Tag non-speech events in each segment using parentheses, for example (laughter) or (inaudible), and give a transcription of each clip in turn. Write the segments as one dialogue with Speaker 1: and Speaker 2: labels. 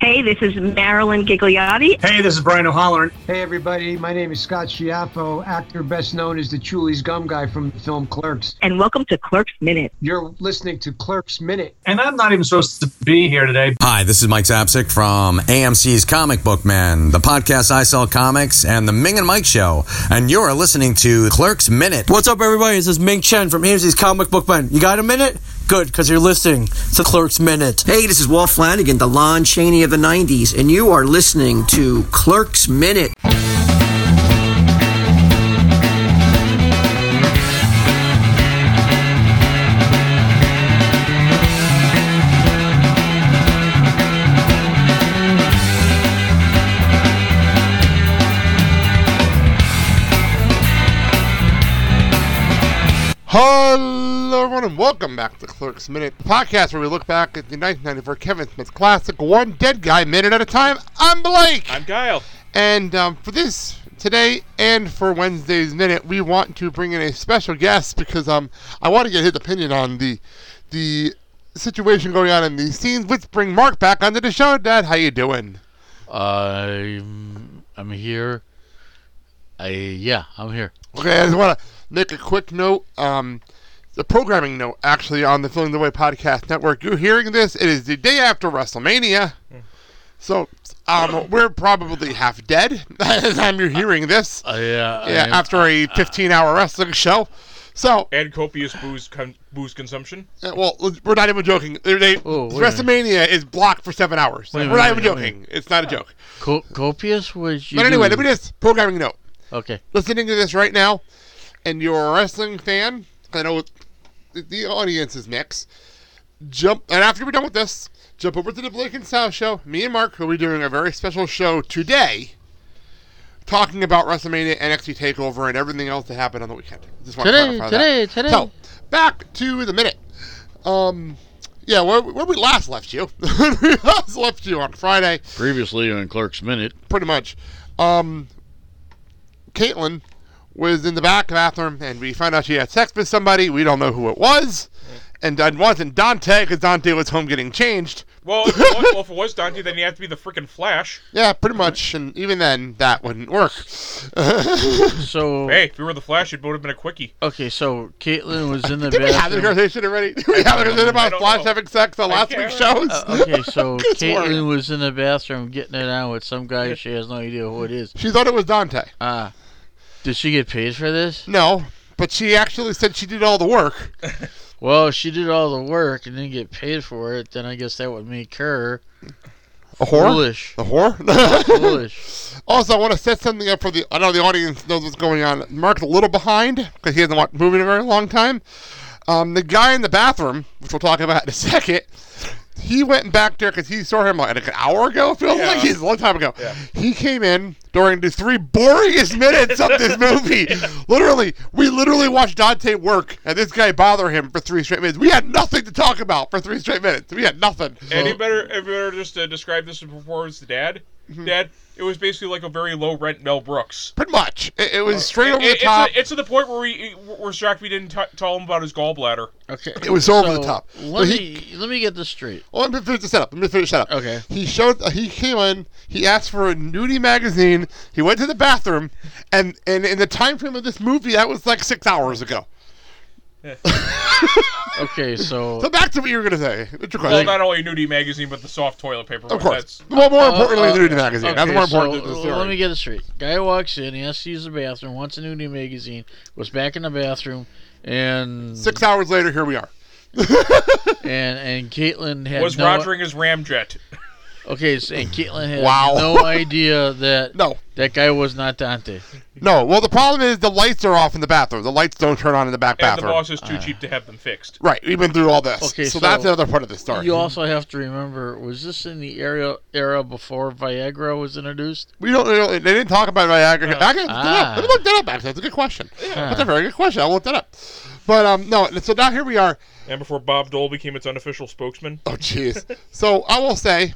Speaker 1: Hey, this is Marilyn Gigliotti.
Speaker 2: Hey, this is Brian O'Halloran.
Speaker 3: Hey, everybody. My name is Scott Schiaffo, actor best known as the Chulies Gum Guy from the film Clerks.
Speaker 1: And welcome to Clerks Minute.
Speaker 3: You're listening to Clerks Minute.
Speaker 2: And I'm not even supposed to be here today.
Speaker 4: Hi, this is Mike Zapsik from AMC's Comic Book Man, the podcast I Sell Comics, and the Ming and Mike Show. And you're listening to Clerks Minute.
Speaker 5: What's up, everybody? This is Ming Chen from AMC's Comic Book Man. You got a minute? Good, because you're listening to Clerks Minute.
Speaker 6: Hey, this is Walt Flanagan, the Lon Chaney of the 90s, and you are listening to Clerks Minute.
Speaker 7: Hello, everyone, and welcome back to Clerks Minute, the podcast where we look back at the 1994 Kevin Smith classic, one dead guy minute at a time. I'm Blake,
Speaker 8: I'm Kyle.
Speaker 7: and um, for this today and for Wednesday's minute, we want to bring in a special guest because um, I want to get his opinion on the the situation going on in these scenes. Let's bring Mark back onto the show. Dad, how you doing?
Speaker 8: I'm I'm here. I yeah, I'm here.
Speaker 7: Okay, I just want to make a quick note. Um, the programming note, actually, on the Filling the Way Podcast Network. You're hearing this. It is the day after WrestleMania. So um, we're probably half dead (laughs) by the time you're hearing this.
Speaker 8: I, uh,
Speaker 7: yeah,
Speaker 8: I'm-
Speaker 7: after a 15 hour wrestling show. So,
Speaker 9: and copious booze con- booze consumption.
Speaker 7: uh, well, we're not even joking. They- they-
Speaker 8: Oh, wait a
Speaker 7: WrestleMania is blocked for seven hours.
Speaker 8: Wait a
Speaker 7: we're not
Speaker 8: minute,
Speaker 7: even
Speaker 8: wait a
Speaker 7: joking. It's not a joke.
Speaker 8: Co- copious was you.
Speaker 7: But anyway,
Speaker 8: do-
Speaker 7: let me just programming note.
Speaker 8: Okay.
Speaker 7: listening to this right now and you're a wrestling fan, I know the- the audience is mixed. Jump and after we're done with this, jump over to the Blake and Sal show. Me and Mark will be doing a very special show today, talking about WrestleMania, NXT Takeover, and everything else that happened on the weekend. Just want
Speaker 8: Today,
Speaker 7: to clarify
Speaker 8: today,
Speaker 7: that.
Speaker 8: today.
Speaker 7: So back to the minute. Um, yeah, where, where we last left you, (laughs) we last left you on Friday
Speaker 8: Previously on Clerk's Minute.
Speaker 7: pretty much. Um, Caitlin was in the back bathroom, and we found out she had sex with somebody. We don't know who it was, and it wasn't Dante because Dante was home getting changed.
Speaker 9: Well, if it was, well, if it was Dante, then you have to be the freaking Flash.
Speaker 7: Yeah, pretty much. And even then, that wouldn't
Speaker 9: (laughs)
Speaker 7: work. (laughs)
Speaker 8: So
Speaker 9: Hey, if you were the Flash, it would have been a quickie.
Speaker 8: okay, so Caitlin was in the
Speaker 7: Did we have the
Speaker 8: bathroom.
Speaker 7: conversation already? Did we have the conversation
Speaker 9: I
Speaker 7: about
Speaker 9: don't
Speaker 7: Flash
Speaker 9: know.
Speaker 7: having sex on last
Speaker 9: can't
Speaker 7: week's shows?
Speaker 8: (laughs) Okay, so
Speaker 7: (laughs) Good
Speaker 8: Caitlin
Speaker 7: lord.
Speaker 8: was in the bathroom getting it on with some guy. She has no idea who it is.
Speaker 7: She thought it was Dante.
Speaker 8: Ah,
Speaker 9: Uh.
Speaker 8: did she get paid for this?
Speaker 7: No, but she actually said she did all the work.
Speaker 8: Well, she did all the work and didn't get paid for it. Then I guess that would make her
Speaker 7: A whore? (laughs)
Speaker 8: foolish.
Speaker 7: A whore?
Speaker 8: foolish.
Speaker 7: Also, I want to set something up for the. I know the audience knows what's going on. Mark's a little behind because he hasn't watched movie in a very long time. Um, the guy in the bathroom, which we'll talk about in a (laughs) second, he went back there because he saw him like, an hour ago. It feels like he's a long time ago. He came in during the three boringest minutes of
Speaker 9: (laughs)
Speaker 7: this movie. Literally, we literally watched Dante work and this guy bother him for three straight minutes. We had nothing to talk about for three straight minutes. We had nothing.
Speaker 9: And you better, you better just uh, describe this before it's Dad.
Speaker 7: Mm-hmm.
Speaker 9: Dad, it was basically like a very low rent Mel Brooks.
Speaker 7: Pretty much, it, it was straight over
Speaker 9: It-
Speaker 7: the
Speaker 9: it's,
Speaker 7: top.
Speaker 9: it's to the point where we were shocked we didn't t- tell him about his gallbladder.
Speaker 8: Okay.
Speaker 7: It was over the top. So
Speaker 8: Let
Speaker 7: he-
Speaker 8: me let me get this straight.
Speaker 7: Well, Oh, let me finish the setup. Let me finish the setup.
Speaker 8: Okay.
Speaker 7: He showed. uh, He came in. He asked for a nudie magazine. He went to the bathroom, and and in the time frame of this movie, that was like six hours ago.
Speaker 8: Okay,
Speaker 7: (laughs)
Speaker 8: so
Speaker 7: So back to what you were gonna say. What's your
Speaker 9: Well,
Speaker 7: question?
Speaker 9: not only nudie magazine, but the soft toilet paper.
Speaker 7: of
Speaker 9: one.
Speaker 7: course.
Speaker 9: That's,
Speaker 7: Well, more
Speaker 8: Uh,
Speaker 7: importantly,
Speaker 8: uh,
Speaker 7: the nudie magazine. That's
Speaker 8: okay,
Speaker 7: more important
Speaker 8: so, uh,
Speaker 7: than the
Speaker 8: Let
Speaker 7: story.
Speaker 8: me get this straight. Guy walks in, he has to use the bathroom, wants a nudie magazine, was back in the bathroom, and
Speaker 7: Six hours later, here we are.
Speaker 8: and and Caitlin had
Speaker 9: was
Speaker 8: no,
Speaker 9: rogering his ramjet.
Speaker 8: Okay, so, and Caitlin had
Speaker 7: Wow. (laughs)
Speaker 8: no idea that
Speaker 7: No.
Speaker 8: that guy was not Dante.
Speaker 7: No. Well, the problem is the lights are off in the bathroom. The lights don't turn on in the back
Speaker 9: And the
Speaker 7: bathroom.
Speaker 9: boss is too cheap to have them fixed.
Speaker 7: Right. We've been through all this.
Speaker 8: Okay,
Speaker 7: so,
Speaker 8: so
Speaker 7: that's the other part of the story.
Speaker 8: You also have to remember, was this in the era era before Viagra was introduced?
Speaker 7: We don't. Really, they didn't talk about Viagra. I can look that
Speaker 8: ah.
Speaker 7: up. Let me look that up. Actually, that's a good question. That's a very good question. I'll look that up. But um, no. So now here we are.
Speaker 9: And before Bob Dole became its unofficial spokesman.
Speaker 7: Oh,
Speaker 8: (laughs)
Speaker 7: jeez. so I will say,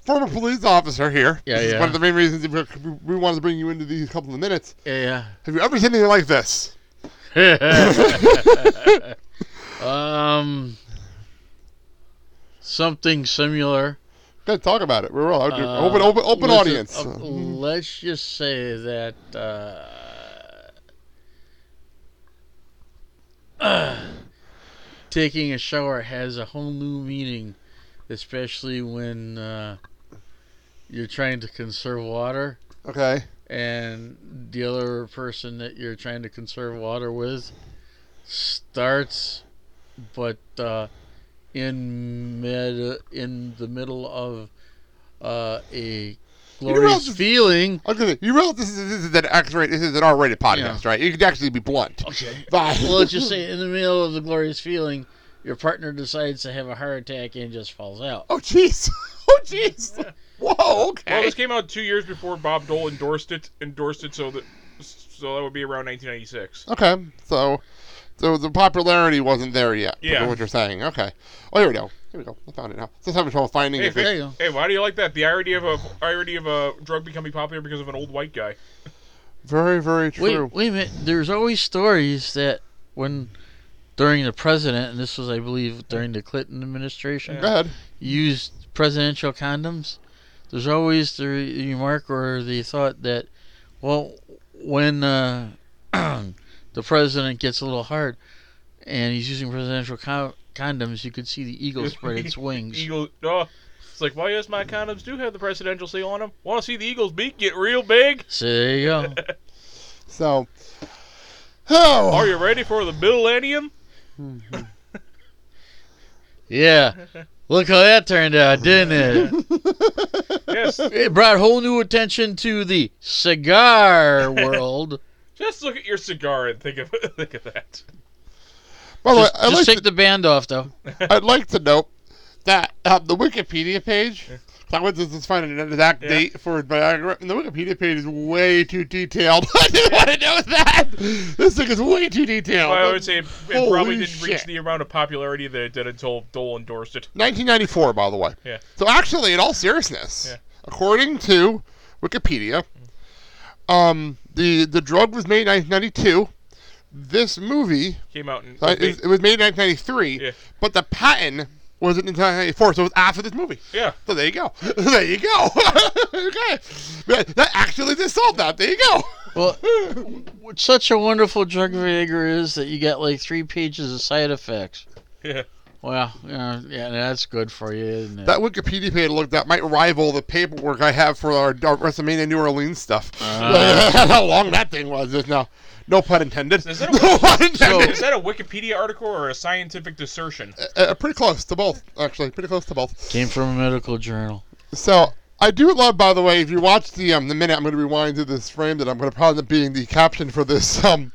Speaker 7: former police officer here.
Speaker 8: Yeah,
Speaker 7: this is
Speaker 8: yeah.
Speaker 7: one of the main reasons we- we wanted to bring you into these couple of minutes.
Speaker 8: (laughs) Yeah.
Speaker 7: Have you ever seen anything like this?
Speaker 8: Um, something similar.
Speaker 7: Good, talk about it. We're real. open, open, open
Speaker 8: Uh, Listen,
Speaker 7: audience. Hmm.
Speaker 8: uh, let's just say that. Uh, uh, taking a shower has a whole new meaning, especially when uh, you're trying to conserve water
Speaker 7: okay.
Speaker 8: and the other person that you're trying to conserve water with starts, but uh, in mid in the middle of uh, a glorious
Speaker 7: realize- (laughs)
Speaker 8: feeling.
Speaker 7: I was gonna say, you realize this is, this is an X-rated, this is an R-rated podcast, right? You can actually be blunt.
Speaker 8: Okay.
Speaker 7: Bye.
Speaker 8: Well, let's just say in the middle of the glorious feeling, your partner decides to have a heart attack and just falls out.
Speaker 7: oh, jeez. Oh, jeez. Whoa. Okay.
Speaker 9: Well, this came out two years before Bob Dole endorsed it. Endorsed it, so that so that would be around 1996.
Speaker 7: Okay, so so the popularity wasn't there yet.
Speaker 9: Yeah.
Speaker 7: What you're saying. Okay. Oh, here we go. Here we go. I found it now. Just having trouble finding
Speaker 9: Hey,
Speaker 7: it.
Speaker 8: There you go.
Speaker 9: hey, why do you like that? The irony of a irony of a drug becoming popular because of an old white guy.
Speaker 7: Very, very
Speaker 8: Wait,
Speaker 7: true.
Speaker 8: wait a minute. There's always stories that when during the president, and this was, I believe, during the Clinton administration,
Speaker 7: Go ahead.
Speaker 8: used presidential condoms. There's always the re- remark or the thought that, well, when uh, (clears throat) the president gets a little hard and he's using presidential con- condoms, you could see the eagle spread
Speaker 9: (laughs)
Speaker 8: its wings.
Speaker 9: Eagle. Oh, it's like, why yes, my condoms do have the presidential seal on them. Want to see the eagle's beak get real big?
Speaker 8: So there you go.
Speaker 7: So. Oh.
Speaker 9: Are you ready for the millennium?
Speaker 8: Yeah. Look how that turned out, didn't it? (laughs)
Speaker 9: Yes.
Speaker 8: It brought whole new attention to the cigar world.
Speaker 9: Just look at your cigar and think of (laughs) think of that.
Speaker 7: By the way,
Speaker 8: Just,
Speaker 7: I'd
Speaker 8: just
Speaker 7: like,
Speaker 8: take
Speaker 7: to,
Speaker 8: the band off, though.
Speaker 7: I'd like to note that um, the Wikipedia page. I went to just find an exact
Speaker 9: Yeah.
Speaker 7: date for his biography, and the Wikipedia page is way too detailed. (laughs) I didn't want to know that. This thing is way too
Speaker 8: Oh,
Speaker 7: detailed.
Speaker 9: I would say it, it
Speaker 7: Holy
Speaker 9: probably didn't reach
Speaker 7: shit.
Speaker 9: the amount of popularity that it did until Dole endorsed it.
Speaker 7: 1994, by the way.
Speaker 9: Yeah.
Speaker 7: So actually, in all seriousness,
Speaker 9: Yeah.
Speaker 7: according to Wikipedia, um, the the drug was made in 1992. This movie
Speaker 9: Came out in.
Speaker 7: uh, is- it was made in 1993,
Speaker 9: Yeah.
Speaker 7: but the patent was in 1994, so it was after this movie.
Speaker 9: yeah.
Speaker 7: So there you go. (laughs) there you go. okay. Yeah, That actually just solved that. There you go.
Speaker 8: Well, (laughs) what such a wonderful drug Viagra is that you got like three pages of side effects.
Speaker 9: (laughs) Yeah.
Speaker 8: Well, yeah, yeah that's good for you, isn't it?
Speaker 7: That Wikipedia page look that might rival the paperwork I have for our, our WrestleMania New Orleans stuff. (laughs) How long that thing was just now. No pun intended.
Speaker 9: Uh. Is that a-
Speaker 7: (laughs) no pun
Speaker 9: (laughs)
Speaker 7: intended.
Speaker 9: Is that a Wikipedia article or a scientific dissertation?
Speaker 7: Uh, pretty close to both, actually. Pretty close to both.
Speaker 8: Came from a medical journal.
Speaker 7: So I do love, by the way, if you watch the um, the minute, I'm going to rewind to this frame that I'm going to probably end up being the caption for this (laughs) um,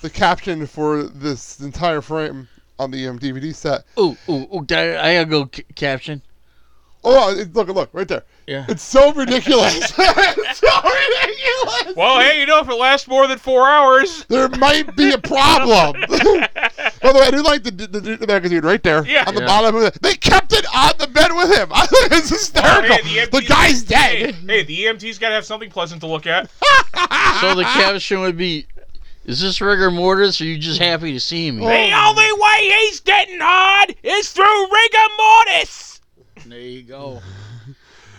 Speaker 7: the caption for this entire frame on the um, DVD set.
Speaker 8: Ooh, ooh, ooh! I, I gotta go c- caption.
Speaker 7: Oh, it, look, look, right there.
Speaker 8: Yeah.
Speaker 7: It's so ridiculous. (laughs) it's so ridiculous.
Speaker 9: Well, hey, you know, if it lasts more than four hours,
Speaker 7: There might be a
Speaker 9: (laughs)
Speaker 7: problem. By the way, I do like the, the, the, the magazine right there
Speaker 9: Yeah.
Speaker 7: on the
Speaker 8: Yeah.
Speaker 7: bottom of it. They kept it on the bed with him. (laughs) it's hysterical.
Speaker 9: Hey, Oh, the
Speaker 7: the,
Speaker 9: EMT
Speaker 7: guy's
Speaker 9: hey, (laughs)
Speaker 7: dead.
Speaker 9: hey, the EMT's got to have something pleasant to look at.
Speaker 8: So (laughs) the caption would be, "Is this rigor mortis? Or are you just happy to see me?"
Speaker 9: The only way he's getting hard is through rigor mortis.
Speaker 8: There you go.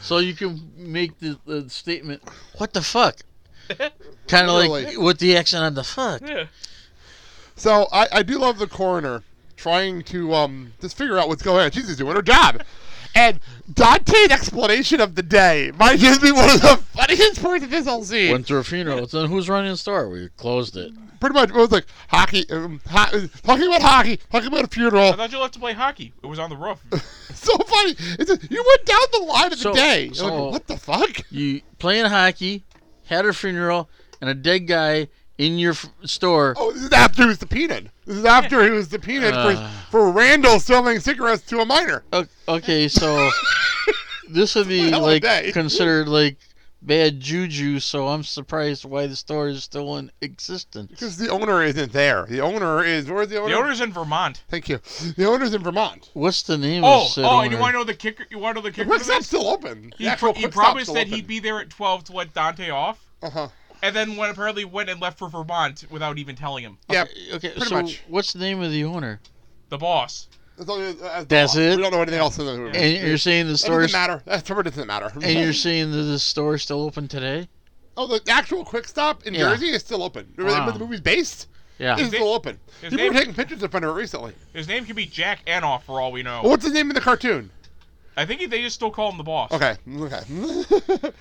Speaker 8: So you can make the, the statement, "What the (laughs) fuck?" Kind of like
Speaker 7: Literally.
Speaker 8: with the accent on the fuck.
Speaker 9: Yeah.
Speaker 7: So I, I do love the coroner trying to um just figure out what's going on. She's just doing her job. And Dante's explanation of the day might just be one of the funniest parts of this whole scene.
Speaker 8: Went to a funeral. Then who's running the store? We closed it.
Speaker 7: Pretty much, it was like hockey, um, ho- talking about hockey, talking about a funeral.
Speaker 9: I thought you left to play hockey. It was on the (laughs) roof.
Speaker 7: (laughs) so funny. It's just, you went down the line of
Speaker 8: So-
Speaker 7: the day. You're
Speaker 8: so-
Speaker 7: like, what the fuck? (laughs)
Speaker 8: you playing hockey, had a funeral, and a dead guy in your f- store.
Speaker 7: Oh, this is after he was subpoenaed. This is after he was subpoenaed
Speaker 8: Uh.
Speaker 7: for, for Randall selling cigarettes to a minor.
Speaker 8: O- okay, so this would be
Speaker 7: Hell of a
Speaker 8: like
Speaker 7: day.
Speaker 8: considered like bad juju. So I'm surprised why the store is still in existence.
Speaker 7: Because the owner isn't there. The owner is, where's the owner?
Speaker 9: the owner's in Vermont.
Speaker 7: Thank you. The owner's in Vermont.
Speaker 8: What's the name of
Speaker 9: Oh,
Speaker 8: the city?
Speaker 9: oh, and you
Speaker 8: owner?
Speaker 9: want to know the kicker? You want to know the kicker? to
Speaker 7: Quickstop's
Speaker 9: this?
Speaker 7: still open.
Speaker 9: He,
Speaker 7: The
Speaker 9: pro-
Speaker 7: actual
Speaker 9: he
Speaker 7: Quick Stop's
Speaker 9: promised
Speaker 7: still
Speaker 9: that
Speaker 7: open.
Speaker 9: he'd be there at 12 to let Dante off,
Speaker 7: Uh-huh.
Speaker 9: and then when apparently went and left for Vermont without even telling him.
Speaker 7: Yeah,
Speaker 8: Okay,
Speaker 7: pretty
Speaker 8: so
Speaker 7: much.
Speaker 8: what's the name of the owner?
Speaker 9: The boss.
Speaker 7: That's, all- that's the
Speaker 8: That's
Speaker 7: law.
Speaker 8: it?
Speaker 7: We don't know anything else in the movie.
Speaker 8: And you're saying
Speaker 7: That
Speaker 8: the
Speaker 7: doesn't
Speaker 8: store's
Speaker 7: matter. That cover doesn't matter. (laughs)
Speaker 8: and you're saying that the store's still open today?
Speaker 7: oh, the actual Quick Stop in
Speaker 8: Yeah.
Speaker 7: Jersey is still open. Remember
Speaker 8: Wow.
Speaker 7: where the movie's based? It's
Speaker 8: Yeah.
Speaker 7: still open.
Speaker 9: His
Speaker 7: People were
Speaker 9: name-
Speaker 7: taking pictures in front of it recently.
Speaker 9: His name could be Jack Anoff for all we know.
Speaker 7: What's the name of the cartoon?
Speaker 9: I think he, they just still call him the boss.
Speaker 7: Okay, okay.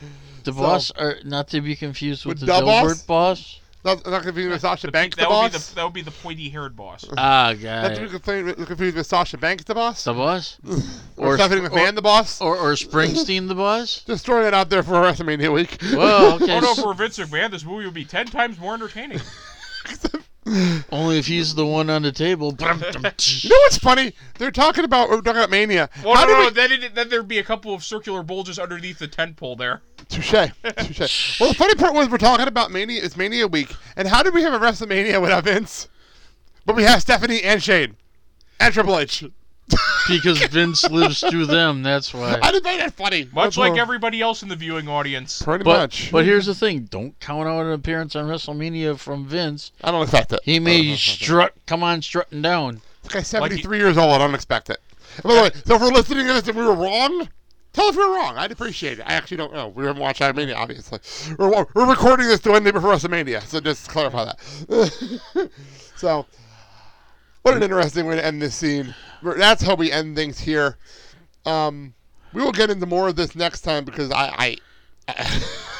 Speaker 8: The boss or not to be confused with,
Speaker 7: With
Speaker 8: the
Speaker 7: the boss?
Speaker 8: Dilbert boss?
Speaker 7: (laughs) not, not confused with Sasha Banks the
Speaker 9: That would, be
Speaker 7: boss.
Speaker 9: the, that would be the pointy-haired boss.
Speaker 8: Ah,
Speaker 7: Not
Speaker 8: got
Speaker 7: to be
Speaker 8: it.
Speaker 7: confused confused with Sasha Banks the boss.
Speaker 8: The boss?
Speaker 7: Or, Stephanie McMahon the boss.
Speaker 8: or, or Springsteen the boss?
Speaker 7: Just throwing it out there for (laughs) WrestleMania week.
Speaker 8: (laughs) Well, okay.
Speaker 9: Oh no, for Vince McMahon, this movie would be ten times
Speaker 7: (laughs)
Speaker 9: more entertaining.
Speaker 8: Only if he's the one on the table.
Speaker 7: You know what's funny? They're talking about we're talking about Mania.
Speaker 9: Well,
Speaker 7: How
Speaker 9: no,
Speaker 7: do
Speaker 9: no,
Speaker 7: we-
Speaker 9: then, it, then there'd be a couple of circular bulges underneath the tent pole there.
Speaker 7: Touche. Touche. Well, the funny part was we're talking about Mania. It's Mania week, and how did we have a WrestleMania without Vince? But we have Stephanie and Shane and Triple H.
Speaker 8: because Vince lives through them, that's why.
Speaker 7: I didn't find that funny.
Speaker 9: Much
Speaker 7: That's
Speaker 9: like
Speaker 7: all.
Speaker 9: everybody else in the viewing audience.
Speaker 7: pretty
Speaker 8: But
Speaker 7: much.
Speaker 8: but here's the thing: don't count out an appearance on WrestleMania from Vince. Uh-huh.
Speaker 7: I don't expect it.
Speaker 8: He may
Speaker 7: I
Speaker 8: strut, come on, strutting down.
Speaker 7: don't- Okay, seventy-three years old. I don't expect it. And by the way, so if we're listening to this and we were wrong, tell us we were wrong. I'd appreciate it. I actually don't know. We haven't watched Mania, obviously. We're, we're recording this the Wednesday before WrestleMania, so just clarify that. (laughs) so, what an interesting way to end this scene. We're- That's how we end things here. Um, we will get into more of this next time because I. I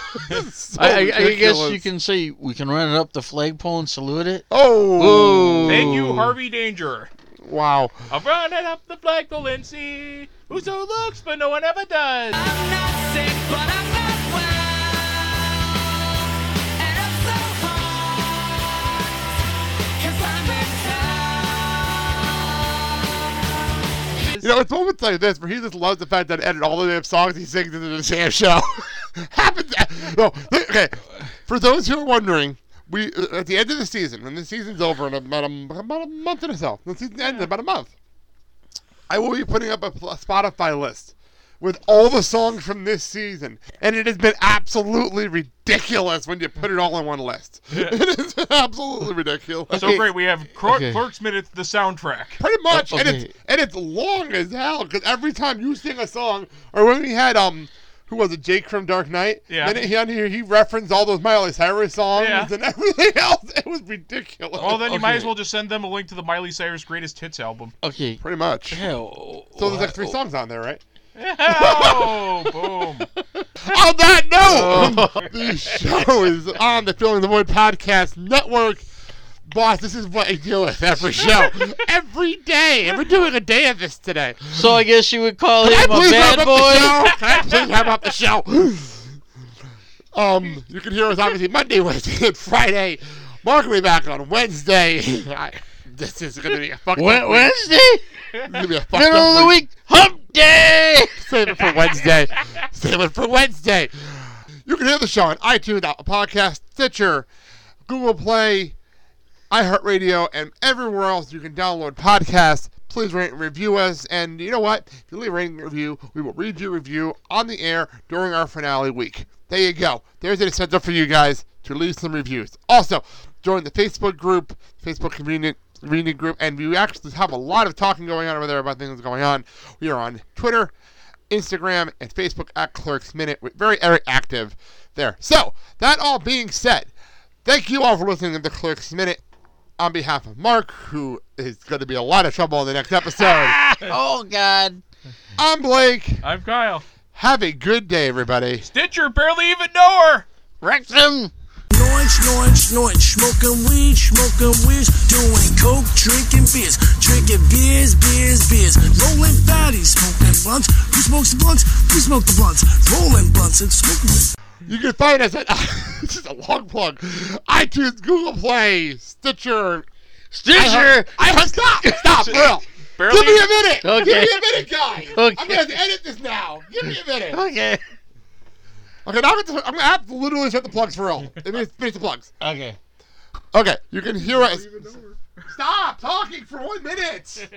Speaker 7: (laughs) This is so
Speaker 8: I, I, I guess
Speaker 7: ridiculous.
Speaker 8: you can say we can run it up the flagpole and salute it.
Speaker 7: Oh,
Speaker 9: Thank you, Harvey Danger.
Speaker 7: Wow.
Speaker 9: I'm running up the flagpole and see who so looks, but no one ever does.
Speaker 7: You know, it's moments like this where he just loves the fact that edit all the damn songs he sings into the damn show. (laughs) Happens. No, th- okay. For those who are wondering, we uh, at the end of the season, when the season's over in about a, about a month and a half, the season ends in about a month, I will be putting up a pl- Spotify list with all the songs from this season, and it has been absolutely ridiculous when you put it all in one list. (laughs) it has been absolutely ridiculous.
Speaker 9: So great, we have Cro-
Speaker 8: Okay.
Speaker 9: Clerks Minutes, the soundtrack.
Speaker 7: Pretty much, and
Speaker 8: okay.
Speaker 7: it's and it's long as hell because every time you sing a song, or when we had um, who was it, Jake from Dark Knight?
Speaker 9: Yeah.
Speaker 7: Then he on here he referenced all those Miley Cyrus songs
Speaker 9: Yeah.
Speaker 7: and (laughs) everything else. It was ridiculous.
Speaker 9: Well, then you might
Speaker 8: Okay.
Speaker 9: as well just send them a link to the Miley Cyrus Greatest
Speaker 8: (laughs)
Speaker 9: Hits album.
Speaker 8: Okay.
Speaker 7: pretty much.
Speaker 8: Hell,
Speaker 7: So there's like three songs on there, right? (laughs)
Speaker 9: Oh, boom.
Speaker 7: on that note, the (laughs)
Speaker 8: (laughs)
Speaker 9: Oh.
Speaker 7: show is on the Filling the Void Podcast Network. Boss, this is what I deal with every show,
Speaker 9: (laughs)
Speaker 7: every day, and we're doing a day of this today.
Speaker 8: So I guess you would call him
Speaker 7: Can I
Speaker 8: a
Speaker 7: please
Speaker 8: bad
Speaker 7: wrap
Speaker 8: boy.
Speaker 7: up the show? Can I please wrap up the show? (sighs) Um, you can hear us obviously Monday, Wednesday, and Friday. Mark will be back on Wednesday. (laughs) I, this is gonna be a fucked
Speaker 8: Wed-
Speaker 7: up week.
Speaker 8: Wednesday,
Speaker 7: It's gonna be a fucked
Speaker 8: middle
Speaker 7: up
Speaker 8: of the week, hump day.
Speaker 7: Save it for Wednesday. Save it for Wednesday. You can hear the show on iTunes, Apple Podcast, Stitcher, Google Play, iHeartRadio, and everywhere else you can download podcasts. Please rate and review us. And you know what? If you leave a rating and review, we will read your review on the air during our finale week. There you go. There's an incentive for you guys to leave some reviews. Also, join the Facebook group, Facebook community community group, and we actually have a lot of talking going on over there about things going on. We are on Twitter, Instagram and Facebook at Clerks Minute. We're very, very active there. So, that all being said, thank you all for listening to the Clerks Minute. On behalf of Mark, who is going to be a lot of trouble in the next episode,
Speaker 8: Oh God.
Speaker 7: I'm Blake.
Speaker 9: I'm Kyle.
Speaker 7: Have a good day, everybody.
Speaker 9: Stitcher barely even know her.
Speaker 8: Rectum.
Speaker 6: Noinch, noinch, noinch, smoking weed, smoking weed, doing coke, drinking beers, drinking beers, beers, beers, rolling fatties, smoking blunts. Who smokes the blunts? We smoke the blunts, rolling blunts and smoking.
Speaker 7: You can find us at, (laughs) this is a long plug, iTunes, Google Play, Stitcher.
Speaker 8: Stitcher.
Speaker 7: I have, stop, stop, Will.
Speaker 9: Barely-
Speaker 7: Give me a minute.
Speaker 8: Okay.
Speaker 7: Give me a minute, guys.
Speaker 8: Okay. Oh,
Speaker 7: I'm going to have to edit this now. Give me a minute.
Speaker 8: Okay.
Speaker 7: Okay, now I'm gonna, I'm gonna have to literally shut the plugs for real. Let me finish the plugs.
Speaker 8: Okay.
Speaker 7: Okay, you can hear us. Stop talking for one minute.